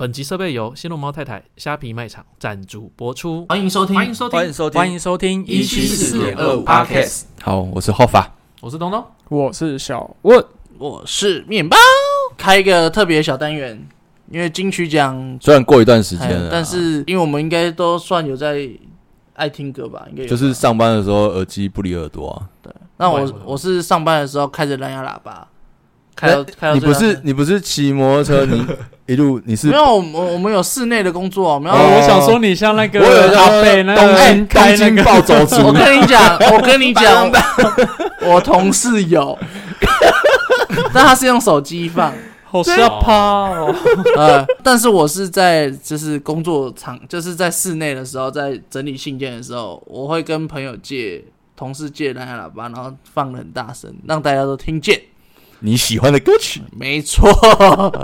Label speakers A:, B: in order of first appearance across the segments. A: 本集设备由新龙猫太太虾皮卖场赞助播出。
B: 欢迎收听，
A: 欢迎收
C: 欢迎
A: 听，
C: 收听，
D: 欢迎收听
B: 174.25
D: Podcast，
C: 好，我是浩法。
A: 我是东东。
E: 我是小问，
B: 我是面包，开一个特别小单元，因为金曲奖，
C: 虽然过一段时间啊
B: 哎
C: 了，
B: 但是因为我们应该都算有在爱听歌吧，应该有吧
C: 就是上班的时候耳机不离耳朵啊。
B: 那
A: 不会
B: 我
A: 不会
B: 我是上班的时候开着蓝牙喇叭，开到开到
C: 哎你
B: 最
C: 不
B: 大声
C: 是你不是骑摩托车，你一路你是
B: 没有，我们我们有室内的工作，我啊们要
C: 哦
D: 我想说你像那个
C: 我有
D: 阿贝那
C: 东
D: 个
C: 京东
D: 开那
C: 京
D: 个
C: 暴走
B: 我
C: 族，
B: 跟你 讲，我跟你讲，我同事有， 但他是用手机放，
D: 好吓趴哦，
B: 呃，但是我是在就是工作场，就是在室内的时候，在整理信件的时候，我会跟朋友借、同事借蓝牙喇叭，然后放的很大声，让大家都听见。
C: 你喜欢的歌曲，
B: 没错，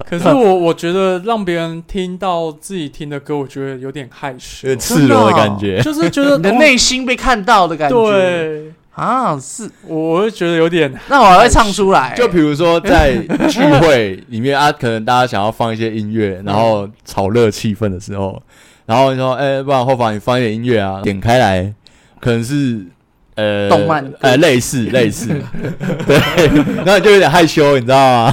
D: 可是
C: 嗯
D: 我我觉得让别人听到自己听的歌，我觉得有点害羞
C: 有，点
B: 哦
C: 赤裸的感觉。
D: 就是觉得
B: 你的
D: 哦
B: 内心被看到的感觉。
D: 对，
B: 啊，是，
D: 我我会觉得有点
B: 那我还会唱出来。
C: 就比如说在聚会里面啊，可能大家想要放一些音乐，然后炒热气氛的时候，然后你说，哎、不然后方你放一点音乐啊，点开来，可能是呃
B: 动漫歌
C: 呃类似类似，对，然后你就有点害羞，你知道吗？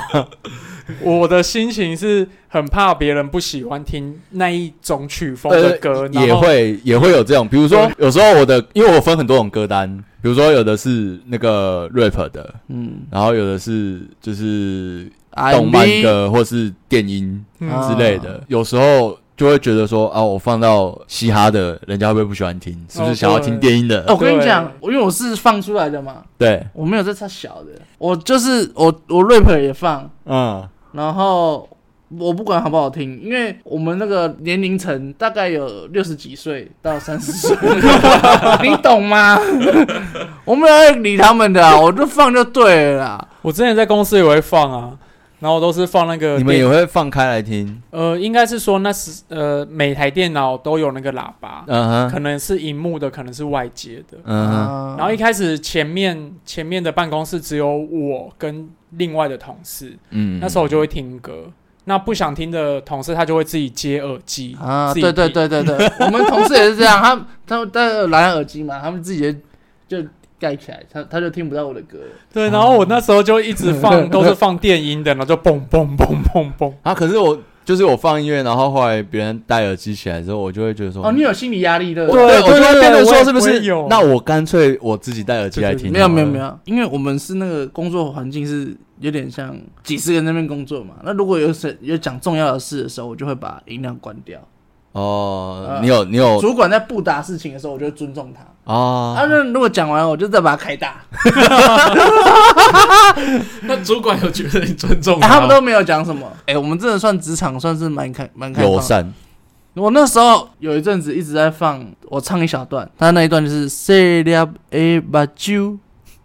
D: 我的心情是很怕别人不喜欢听那一种曲风的歌，
C: 呃
D: 然后
C: 也会也会有这种，比如说有时候我的，因为我分很多种歌单，比如说有的是那个 rap 的，
B: 嗯
C: 然后有的是就是
B: ，R&B，
C: 动漫歌或是电音
B: 啊
D: 嗯
C: 之类的，有时候就会觉得说啊，我放到嘻哈的，人家会不会不喜欢听？是不是
D: 哦
C: 想要听电音的？
B: 哦我跟你
D: 对
B: 讲，因为我是放出来的嘛，
C: 对，
B: 我没有在唱小的，我就是我我 rap 也放，
C: 嗯，
B: 然后我不管好不好听，因为我们那个年龄层大概有六十几岁到三十 岁，你懂吗？ 我没有在理他们的啊，我就放就对了啦。
D: 我之前在公司也会放啊，然后我都是放那个
C: 你们
D: 电
C: 也会放开来听？
D: 呃，应该是说那是呃每台电脑都有那个喇叭，
C: 嗯
D: 可
C: 哼，
D: 能是荧幕的，可能是外接的。
C: 嗯哼，
B: 啊
D: 然后一开始前面前面的办公室只有我跟另外的同事，
C: 嗯，
D: 那时候我就会听歌。那不想听的同事，他就会自己接耳机
B: 啊，
D: 自己
B: 对对
D: 听
B: 对对对， 我们同事也是这样，他他们戴蓝牙耳机嘛，他们自己就就盖起来，他他就听不到我的歌了。
D: 对。然后我那时候就一直放，都是放电音的，然后就蹦蹦蹦蹦 蹦。
C: 啊，可是我就是我放音乐，然后后来别人戴耳机起来之后，我就会觉得说，
B: 哦，你有心理压力对不
C: 我
B: 对？
C: 对，
D: 对
C: 我就会
D: 对
C: 变成
D: 我
C: 说
D: 也
C: 是不
D: 我也
C: 是
D: 有？
C: 那我干脆我自己戴耳机来听好了。
B: 没有没有没有，因为我们是那个工作环境是有点像几十个人在那边工作嘛。那如果有谁有讲重要的事的时候，我就会把音量关掉。
C: 哦，
B: 呃
C: 你有你有
B: 主管在布达事情的时候，我就会尊重他。啊，
C: 啊，
B: 那如果讲完，我就再把它开大。
A: 那主管有觉得你尊重
B: 哎他们
A: 吗
B: 都没有讲什么。哎，我们真的算职场算是蛮开蛮开放
C: 友
B: 的。
C: 善
B: 我那时候有一阵子一直在放，我唱一小段，他那一段就是“细粒的目睭，哎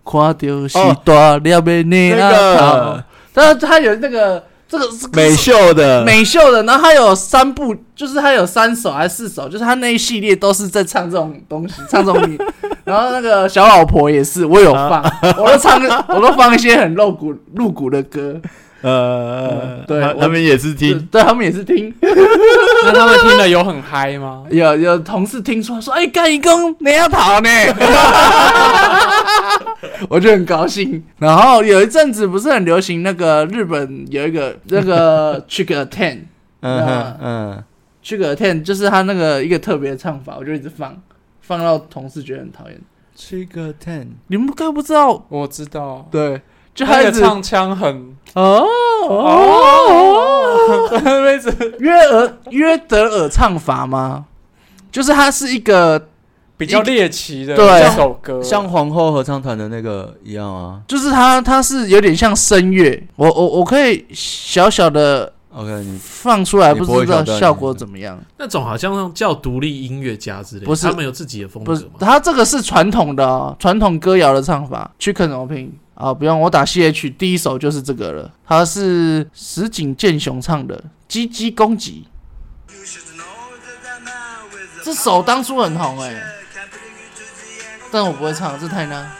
B: 看到是大粒的你
C: 那个
B: 啊”。他他有那个这个是
C: 美秀 的，
B: 美秀的，然后他有三部，就是他有三首还是四首，就是他那一系列都是在唱这种东西，唱这种东西。然后那个小老婆也是，我有放，我都唱， 我都放一些很露骨露骨的歌，
C: 呃，
B: 对
C: 他
B: 我
C: 他们也是
B: 对
C: 听，
B: 对他们也是听。
D: 那他们听了有很嗨吗？
B: 有有同事听出来说：“哎、干一工你要逃呢。” 我就很高兴。然后有一阵子不是很流行那个日本有一个那个 Trick or Ten
C: 嗯
B: 那
C: 哼嗯，
B: Trick or Ten，就是他那个一个特别的唱法，我就一直放，放到同事觉得很讨厌。
C: Trigger Ten，
B: 你们该不知道，
D: 我知道，
B: 对，就
D: 他
B: 他
D: 的
B: 一直
D: 唱腔很
B: 哦哦，
D: 在那边一直
B: 约尔约德尔唱法吗？就是它是一个
D: 比较猎奇的
B: 对
D: 一首歌，
C: 像皇后合唱团的那个一样啊。
B: 就是它，它是有点像声乐，我我我可以小小的
C: OK，你
B: 放出来，
C: 你
B: 不
C: 不会
B: 知道
C: 想到
B: 效果怎么样。
A: 那种好像叫独立音乐家之类的，
B: 不是
A: 他们有自己的风格
B: 不是，
A: 吗？
B: 它这个是传统的哦，传统歌谣的唱法。Chicken o p i n 啊，不用，我打 C H 第一首就是这个了，它是石井健雄唱的《鸡鸡攻击》。这首当初很红哎、但我不会唱，这太难。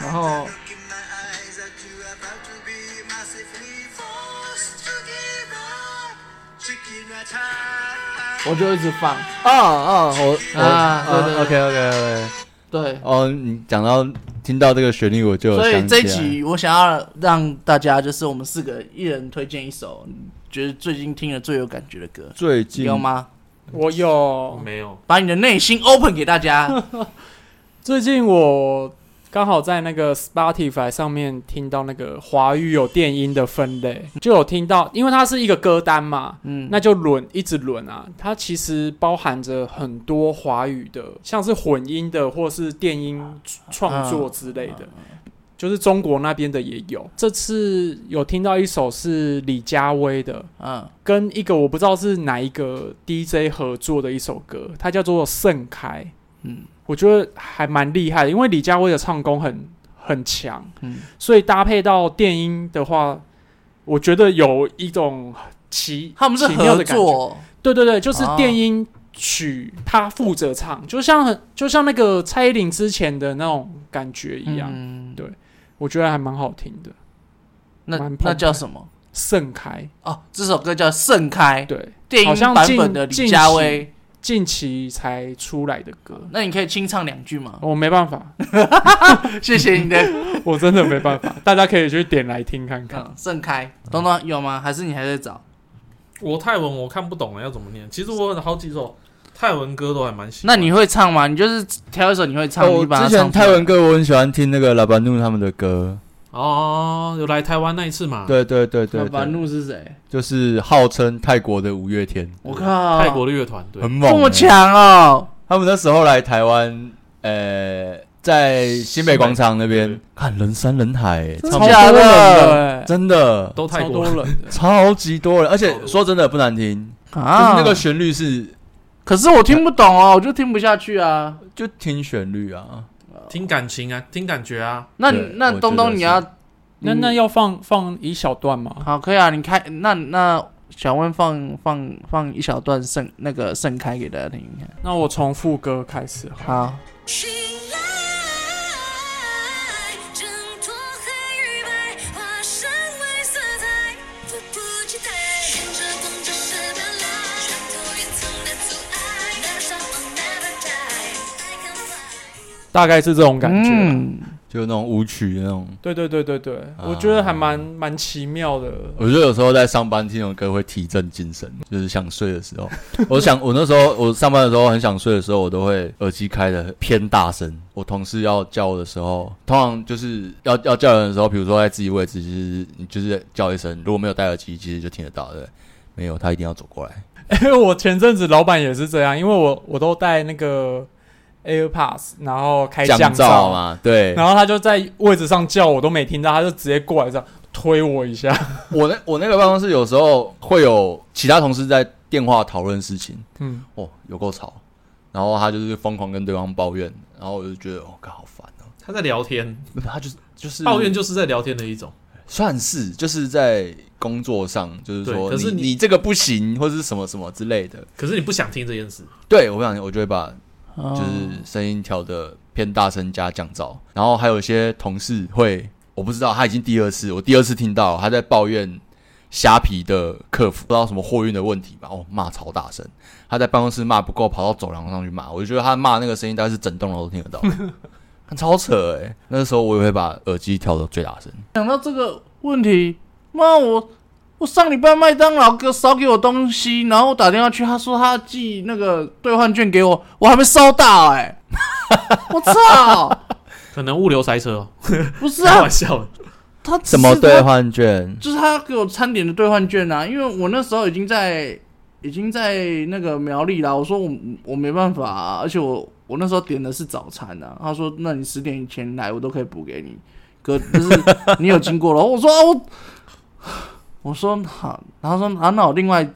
B: 然后我就一直放。
C: 啊啊，我我
B: 啊对对
C: OK OK OK。
B: 对，
C: 哦，你讲到听到这个旋律，我就有
B: 所以
D: 啊
C: 想起
B: 这
C: 来
B: 一集我想要让大家，就是我们四个一人推荐一首，觉得最近听了最有感觉的歌，
C: 最近
B: 有？吗？
D: 我有
A: 没有，
B: 把你的内心 open 给大 家。
D: 最近我刚好在那个 Spotify 上面听到那个华语有电音的分类，就有听到，因为它是一个歌单嘛，
B: 嗯，
D: 那就轮一直轮啊，它其实包含着很多华语的，像是混音的或是电音创作之类的。就是中国那边的也有，这次有听到一首是李佳薇的，
B: 嗯，
D: 跟一个我不知道是哪一个 DJ 合作的一首歌，它叫做《盛开》。
B: 嗯
D: 嗯，我觉得还蛮厉害的，因为李佳薇的唱功很很强，
B: 嗯
D: 所以搭配到电音的话，我觉得有一种奇
B: 他们是
D: 奇妙
B: 合
D: 的感觉。
B: 作，
D: 对对对，就是
B: 哦
D: 电音曲他负责唱，就像很就像那个蔡依林之前的那种感觉一样，
B: 嗯
D: 对我觉得还蛮好听的。
B: 那
D: 蛮澎湃
B: 那叫什么？
D: 盛开，
B: 哦，这首歌叫《盛开》，
D: 对，
B: 电
D: 好
B: 影
D: 像
B: 版
D: 近
B: 本的李
D: 近
B: 佳
D: 期
B: 薇。
D: 近期才出来的歌，
B: 那你可以清唱两句吗？
D: 我没办法，
B: 谢谢你的
D: 我真的没办法，大家可以去点来听看看。
B: 嗯盛开。东东有吗？还是你还在
D: 嗯
B: 找？
A: 我泰文我看不懂了，要怎么念？其实我有好几首泰文歌都还蛮喜
B: 那
A: 欢。
B: 你会唱吗？你就是挑一首你会唱，
D: 哦
C: 我
B: 你把它
C: 哦之
B: 唱
C: 前
B: 出来
C: 泰文歌我很喜欢听那个拉班努他们的歌，
A: 哦，有来台湾那一次
B: 啊
A: 嘛？，
C: 对对对对
B: 老板
C: 对，
B: 怒是谁？
C: 就是号称泰国的五月天，
B: 我靠，
A: 泰国的乐团，对
C: 很，猛、
B: 这
C: 欸，
B: 么强哦！
C: 他们那时候来台湾，呃，在新北广场那
A: 对
C: 边，看人山人海、欸，
B: 嗯的
C: 超
D: 超多
B: 假
D: 人
B: 的
D: 的、欸，
C: 真的
A: 都泰
D: 超
A: 国
D: 多
A: 人。
D: 人
B: 嗯
D: 的。
C: 超级多人，而
A: 超
C: 且
A: 多
C: 说真的不难听，
B: 啊，
C: 就是那个旋律是
B: 可是我听不懂哦，我就听不下去啊。
C: 就听旋律啊，
A: 听感情啊，听感觉啊，
B: 那
C: 对
B: 那
C: 我
B: 东
C: 觉得
B: 东你
C: 是
B: 要嗯
D: 那那要放放一小段吗？
B: 好可以啊，你开那那小温放放放一小段盛那个盛开给大家听一下。
D: 那我从副歌开始好了。
B: 好，
E: 醒来，挣脱黑与白，化身为色彩。迫不及待，看着风筝的奔来，穿透云层的阻碍。That's all I'll never die. I can fly.
D: 大概是这种感觉啊、
B: 嗯，
C: 就那种舞曲那种。
D: 对对对对对，
C: 啊
D: 我觉得还蛮蛮奇妙的。
C: 我觉得有时候在上班听这种歌会提振精神，就是想睡的时 候。我想我那时候我上班的时候很想睡的时候，我都会耳机开的偏大声。我同事要叫我的时候，通常就是要要叫人的时候，比如说在自己位置，就是你就是叫一声，如果没有戴耳机，其实就听得到的。没有，他一定要走过来。
D: 因为我前阵子老板也是这样，因为我我都带那个 AirPods，然后开降
C: 噪，
B: 啊
C: 嘛，对。
D: 然后他就在位置上叫我都没听到，他就直接过来这样推我一下。
C: 我那我那个办公室有时候会有其他同事在电话讨论事情，
D: 嗯，
C: 哦，有够吵，然后他就是疯狂跟对方抱怨，然后我就觉得哦，干好烦哦、
A: 他在聊天，
C: 他就是就是
A: 抱怨就是在聊天的一种。
C: 算是就是在工作上，就是
A: 对
C: 说
A: 可是
C: 你
A: 你
C: 这个不行，或者是什么什么之类的。
A: 可是你不想听这件事，
C: 对我不想，我就会把
B: 就
C: 就是声音调的偏大声加降噪，然后还有一些同事会，我不知道他已经第二次，我第二次听到他在抱怨虾皮的客服不知道什么货运的问题吧，哦骂超大声，他在办公室骂不够，跑到走廊上去骂，我就觉得他骂那个声音大概是整栋楼都听得到， 看超扯哎、那时候我也会把耳机调到最大声，
B: 讲到这个问题，妈我。我上礼拜麦当劳给少给我东西，然后我打电话去，他说他寄那个兑换券给我，我还没收到哎、 我操！
A: 可能物流塞车哦，
B: 不是
A: 开
B: 啊
A: 玩，笑的。
B: 他
C: 什么
B: 是
C: 兑
B: 他
C: 换券？
B: 就是他给我餐点的兑换券啊，因为我那时候已经在已经在那个苗栗啦，我说我我没办法、啊，而且我我那时候点的是早餐啊，他说那你十点以前来，我都可以补给你，哥就是 你有经过了，我说啊我我说好，然后说啊那我另外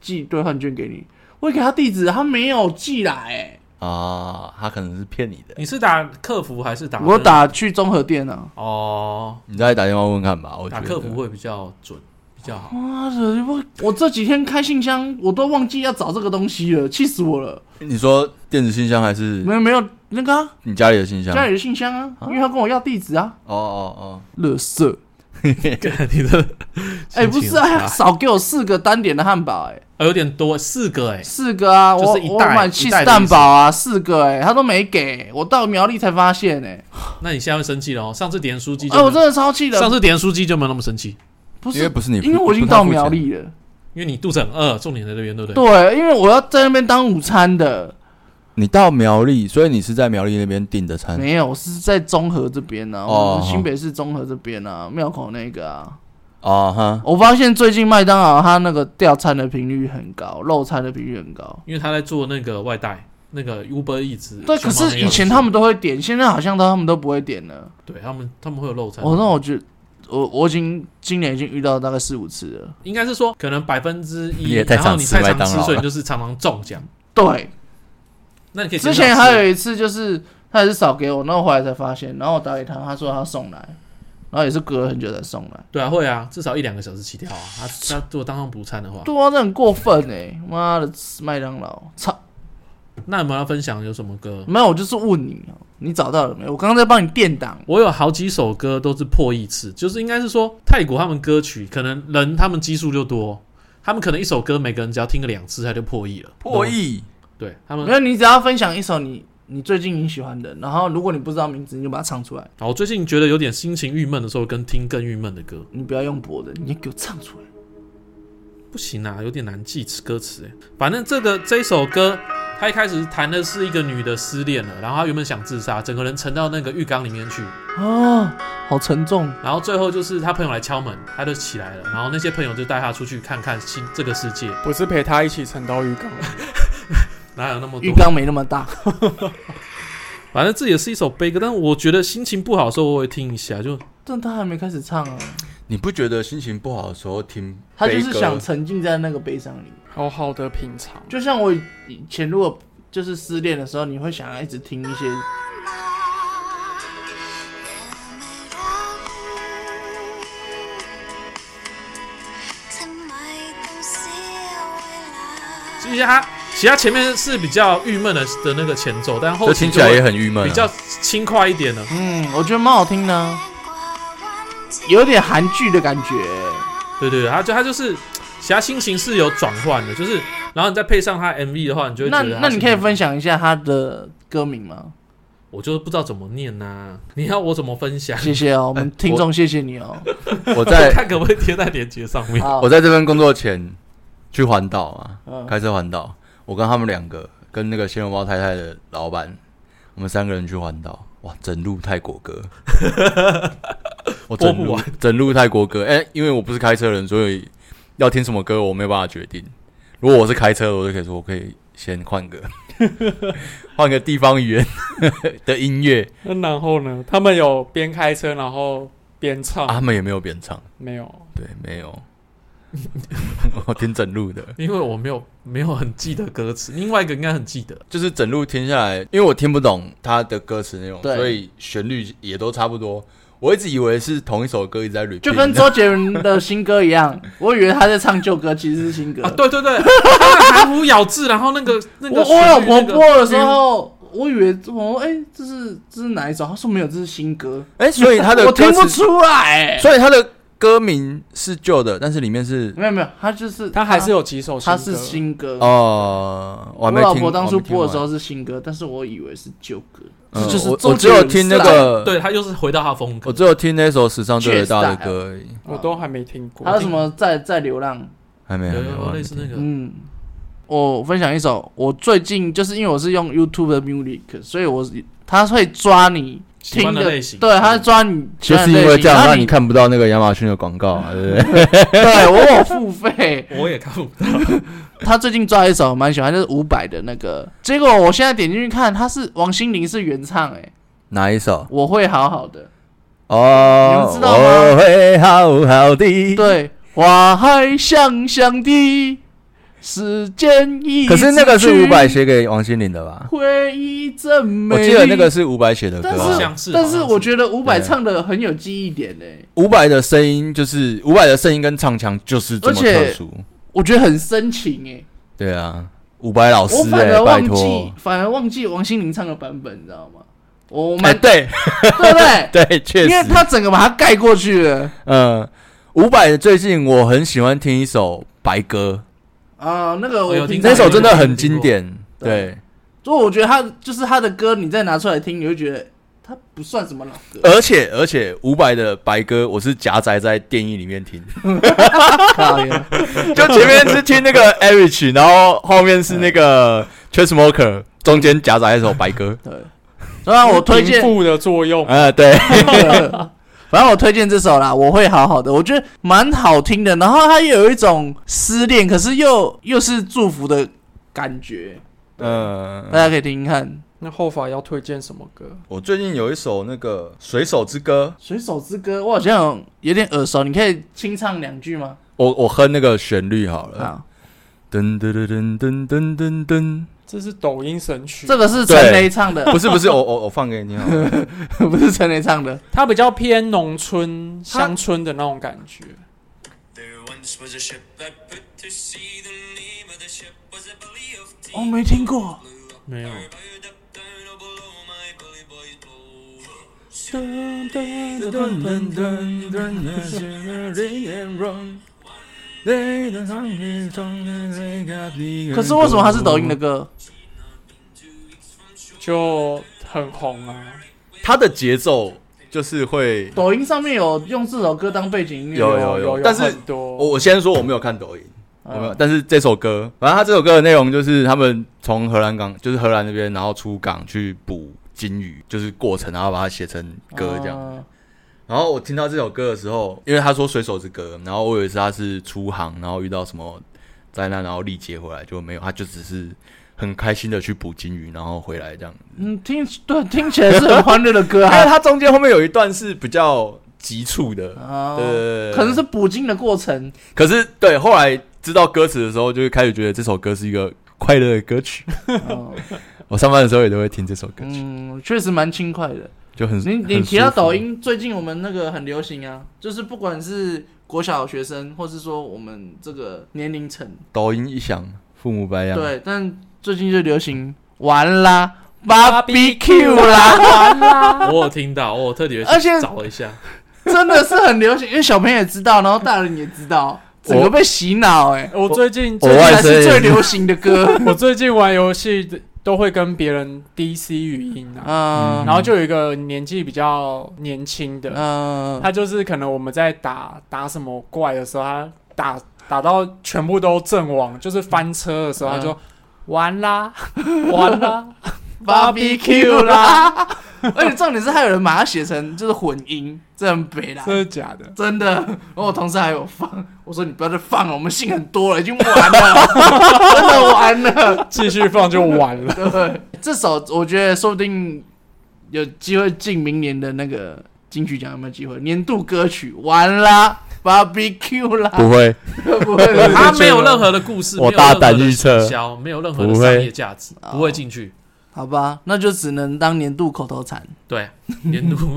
B: 寄兑换券给你，我也给他地址，他没有寄来、欸，
C: 啊，他可能是骗你的，
A: 你是打客服还是打？
B: 我打去综合店啊，
A: 哦，
C: 你再打电话问问看吧。我觉
A: 打
C: 得
A: 客服会比较准，比较 好。
B: 妈的，我我这几天开信箱，我都忘记要找这个东西了，气死我了，
C: 你说电子信箱还是
B: 没有没有那个、啊。
C: 你家里的信箱？
B: 家里的信箱啊，因为他跟我要地址啊。
C: 哦哦哦。
B: 乐色，
A: 你的
B: 啊哎
A: 啊
B: 哎，不是啊，他少给我四个单点的汉堡，哎，
A: 呃有点多，四个哎、
B: 四个啊，
A: 就
B: 我
A: 是一
B: 我
A: 袋
B: 买
A: 一
B: cheese
A: 袋的
B: 蛋
A: 意思
B: 堡啊，四个哎、他都没给我，到苗栗才发现哎、
A: 那你现在会生气了哦。上次点书机就
B: 哎、
A: 没有，
B: 我真的超气的
A: 上，次点书机就没有那么生气，
B: 不
C: 因为
B: 是
C: 不是你，
B: 因为我已经
C: 不太
B: 到
C: 付钱
B: 苗，栗了，
A: 因为你肚子很饿，重点在这边，对不对？
B: 对，因为我要在那边当午餐的，
C: 你到苗栗，所以你是在苗栗那边订的餐。
B: 没有，我是在中和这边呢、啊，
C: 嗯哦
B: 我们新北市中和这边啊，庙口那个啊，
C: 啊哈，
B: 我发现最近麦当劳它那个掉餐的频率很高，漏餐的频率很高。
A: 因为他在做那个外带，那个 Uber 一直
B: 对，可是以前他们都会点，现在好像他们都不会点了。
A: 对他们他们会有漏餐。
B: 我、哦那我觉得，我我已经今年已经遇到大概四五次了。
A: 应该是说可能百分之
C: 你
A: 一，
C: 也太
A: 然后
C: 常
A: 你
C: 吃
A: 太
C: 麦
A: 常
C: 当劳
A: 吃，
C: 了
A: 所以你就是常常中奖。
B: 对，
A: 那你可以
B: 之前还有一次就是他也是少给我，然后我回来才发现，然后我打给他，他说他送来，然后也是隔了很久才送来。
A: 对啊会啊，至少一两个小时起跳啊。他他如果当上补餐的话，
B: 对啊，这很过分哎、妈的，麦当劳操！
A: 那有没有要分享有什么歌？
B: 没有，我就是问你，你找到了没？我刚刚在帮你垫档。
A: 我有好几首歌都是破亿次，就是应该是说泰国他们歌曲可能人他们基数就多，他们可能一首歌每个人只要听个两次他就破亿了。
C: 破亿，
A: 对他
B: 没
A: 们，
B: 有，你只要分享一首你你最近你喜欢的，然后如果你不知道名字，你就把它唱出来。
A: 哦好，我最近觉得有点心情郁闷的时候，跟听更郁闷的歌
B: 你不要用播的，你就给我唱出来。
A: 不行啊，有点难记词歌词哎。反正这个这一首歌，他一开始谈的是一个女的失恋了，然后她原本想自杀，整个人沉到那个浴缸里面去，
B: 啊，好沉重。
A: 然后最后就是她朋友来敲门，她就起来了，然后那些朋友就带她出去看看新这个世界，
D: 不是陪他一起沉到浴缸，
A: 哪有那么多
B: 浴缸没那么大，
A: 反正这也是一首悲歌，但我觉得心情不好的时候我会听一下，就
B: 但他还没开始唱啊，
C: 你不觉得心情不好的时候听
B: 他就是
C: 悲歌
B: 想沉浸在那个悲伤里。
D: 好好的品尝。
B: 就像我以前如果就是失恋的时候，你会想要一直听一些，
A: 其实它其他前面是比较郁闷的的那个前奏，但后
C: 这
A: 期
C: 听
A: 就
C: 起来也很郁闷啊，
A: 比较轻快一点的。
B: 嗯，我觉得蛮好听的啊，有点韩剧的感觉。
A: 对对对，它就它就是其他心情是有转换的，就是然后你再配上它 MV 的话，你就会觉
B: 那
A: 得它
B: 那你可
A: 心
B: 以
A: 情
B: 分，享一下他的歌名吗？
A: 我就是不知道怎么念呐、你要我怎么分享？
B: 谢谢哦，我们听众谢谢你哦。
C: 我在
A: 看可不可以贴在链接上面。
B: 好
C: 我，在这边工作前去环岛啊，
B: 哦嗯
C: 开车环岛，我跟他们两个跟那个鲜肉包太太的老板，我们三个人去环岛，哇，整路泰国歌，我整
A: 播不
C: 路
A: 完
C: 整路泰国歌，哎、因为我不是开车人，所以要听什么歌我没有办法决定。如果我是开车的，我就可以说我可以先换个换个地方语言 的音乐，
D: 那然后呢？他们有边开车然后边唱、
C: 啊他们也没有边唱，
D: 没有？
C: 对，没有，我听整路的。
A: 因为我没有没有很记得歌词，另外一个应该很记得。
C: 就是整路听下来，因为我听不懂他的歌词内容，
B: 对
C: 所以旋律也都差不多。我一直以为是同一首歌一直在 repeat，
B: 就跟周杰伦的新歌一样，我以为他在唱旧歌，其实是新歌。
A: 啊，对对 对，他的含糊咬字，然后那个那个
B: 我我老
A: 旋律
B: 婆
A: 那个
B: 播的时候，我以为我哎、这是这是哪一首？他说没有，这是新歌，
C: 哎、所以他 的
B: 我听
C: 歌
B: 不
C: 词，
B: 出来、
C: 所以他的歌名是旧的，但是里面是
B: 没有没有，他就是
D: 他还是有几首
B: 他
D: 歌
B: 是新歌。
C: 哦、我
B: 嗯我
C: 还没听。
B: 老婆当初播的时
C: 我
B: 候是新歌，但是我以为是旧歌，
C: 还没
B: 这
C: 听完，嗯
B: 就是
C: 我
B: 周
C: 我只
B: 杰伦
C: 有听那
B: 时代
C: 个，
A: 对他又是回到他的风格
C: 我。只有听那首史上最伟大的歌而已，
D: 我都还没听过。
B: 还有什么在在流浪，
C: 还没
A: 有
C: 还
A: 有
C: 没
A: 有
C: 完
A: 类。似那个，
B: 嗯。我分享一首，我最近就是因为我是用 YouTube 的 Music，所以我他会抓你
A: 喜
B: 听
A: 欢的类型嗯
B: 对，他会抓你喜
C: 就
B: 欢
C: 是
B: 的
C: 因
B: 类
C: 为
B: 型
C: 这样
B: 然后
C: 让
B: 你
C: 你看不到那个亚马逊的广告、啊，对 不对？
B: 对我有付费。
A: 我也看不懂。
B: 他最近抓一首我蛮喜欢，就是伍佰的那个。结果我现在点进去看，他是王心凌是原唱、欸，
C: 哪一首？
B: 我会好好的。
C: 哦，
B: 你们知道吗
C: 我会好好的。
B: 对，花还香香的，时间一
C: 可是那个是伍佰
B: 写，
C: 写给王心凌的吧？
B: 回忆真美
C: 我
B: 丽。
C: 记得那个是伍佰写的歌
B: 但
A: 好
C: 啊。
A: 像
B: 是
A: 是
B: 但
A: 好
B: 是
A: 像
B: 我
A: 是
B: 觉得伍佰
C: 对
B: 唱的很有记忆点诶、欸
C: 伍佰的声音就是伍佰的声音跟唱腔就是这么特殊。
B: 我觉得很深情诶、欸
C: 对啊，伍佰老师
B: 我反
C: 哎、
B: 而
C: 拜
B: 忘记
C: 托，，
B: 反而忘记王心凌唱的版本，你知道吗？ 我
C: 哎、
B: 蛮、
C: 对
B: 对不对？
C: 对， 确
B: 因为
C: 实，
B: 他整个把它盖过去了。
C: 嗯，伍佰最近我很喜欢听一首白歌，
B: 啊，那个
A: 哦
B: 我
A: 有听
B: 平常
C: 那
A: 过
C: 首真的
A: 有
C: 很
A: 听
C: 经
A: 过
C: 典，对，
B: 所以我觉得他就是他的歌，你再拿出来听，你会觉得他不算什么老歌。
C: 而且而且伍佰的白歌我是夹杂在电影里 面听，
B: 靠呀，
C: 就前面是听那个 Erich，然后后面是那个 t r a s m o k e r 中间夹杂一首白歌
B: 对，当然我推
D: 贫
B: 荐，
D: 富的作用。
C: 呃， 对，
B: 反正我推荐这首啦，我会好好的，我觉得蛮好听的。然后它又有一种失恋，可是又又是祝福的感觉，
C: 嗯
B: 大，家可以听听看。
D: 那后法要推荐什么歌？
C: 我最近有一首那个《水手之歌》，
B: 水手之歌，我好像有有点耳熟，你可以清唱两句吗？
C: 我我哼那个旋律好了，
B: 啊，
C: 噔噔噔噔噔噔噔
D: 这是抖音神曲，
B: 这个是陈雷唱的
C: 噔，，不是不是，我我我放给你好了，
B: 不是陈雷唱的。
D: 它比较偏农村、乡村的那种感觉。
E: There once was a ship that put to sea. The name of the ship was a belly of tea.
B: 我、没听过，
A: 没有，
E: Bowed up down oh, below my bully boys blow.
B: 可是为什么它是抖音的歌？
D: 就很红啊。
C: 它的节奏就是会
B: 抖音上面有用这首歌当背景音乐，哦
C: 有有
D: 有
C: 有，但是
D: 很
C: 我
D: 多
C: 我先说我没有看抖音，我没有，
B: 嗯
C: 但是这首歌，反正他这首歌的内容就是他们从荷兰港，就是荷兰那边，然后出港去捕金鱼，就是过程，然后把它写成歌这样。
B: 嗯
C: 然后我听到这首歌的时候，因为他说水手之歌，然后我以为是他是出航，然后遇到什么灾难，然后历劫回来，就没有，他就只是很开心的去捕金鱼，然后回 来这样。
B: 嗯，听对听起来是很欢乐的歌
C: 因为
B: 啊。
C: 他中间后面有一段是比较急促的，
B: 哦
C: 对对对对
B: 可能是捕鲸的过程，
C: 可是对，后来知道歌词的时候，就会开始觉得这首歌是一个快乐的歌曲。
B: 哦
C: 我上班的时候也都会听这首歌曲，
B: 嗯，确实蛮轻快的。
C: 就很
B: 你你
C: 很
B: 提到
C: 舒服啊
B: 抖音，最近我们那个很流行啊，就是不管是国小学生，或是说我们这个年龄层，
C: 抖音一响，父母白养。，
B: 对，但最近就流行玩啦，barbecue 啦，
A: 我有听到，我有特别
B: 嗯而且
A: 去找了一 下，
B: 真的是很流行，因为小朋友也知道，然后大人也知道，整个被洗脑哎、
D: 我最近
C: 我
B: 这
C: 外
B: 才
C: 甥也
B: 是
C: 是
B: 最流行的歌，
D: 我最近玩游戏都会跟别人 DC 语音啊，
B: 嗯
D: 然后就有一个年纪比较年轻的，
B: 嗯，
D: 他就是可能我们在打打什么怪的时候，他打打到全部都阵亡，就是翻车的时候，他就完啦 完啦
B: barbecue 啦， 而且重点是还有人把它写成就是混音，这很北啦。
D: 真的假的？
B: 真的，然后我同事还有放，我说你不要再放了，我们信很多了，已经完了， 真的完了。
D: 继续放就完了。
B: 对，这首我觉得说不定有机会进明年的那个金曲奖，有没有机会？年度歌曲完啦，barbecue 啦，
C: 不会，
B: 不会，不
A: 它
B: 会
A: 没有任何的故事，
C: 我
A: 没有任何的
C: 大胆预测
A: 行销没有任何的
C: 不
A: 商
C: 会
A: 业价值，
B: 哦
A: 不会进去。
B: 好吧，那就只能当年度口头禅。
A: 对，年 度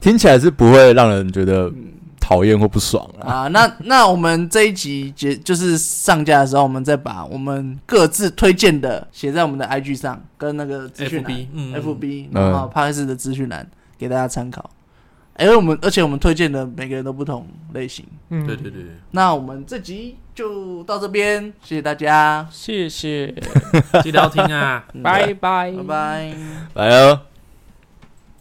C: 听起来是不会让人觉得讨厌或不爽啊。
B: 嗯啊，那那我们这一集结就是上架的时候，我们再把我们各自推荐的写在我们的 IG 上，跟那个资讯栏
A: FB 嗯
B: FB，
C: 嗯
B: 然后 p a s 的资讯栏给大家参考。哎因为我们而且我们推荐的每个人都不同类型，
D: 嗯
A: 对对对，
B: 那我们这集就到这边，谢谢大家，
D: 谢谢，
A: 对记得要听啊。
B: 嗯
D: 拜拜，
B: 拜拜。
C: 来哦。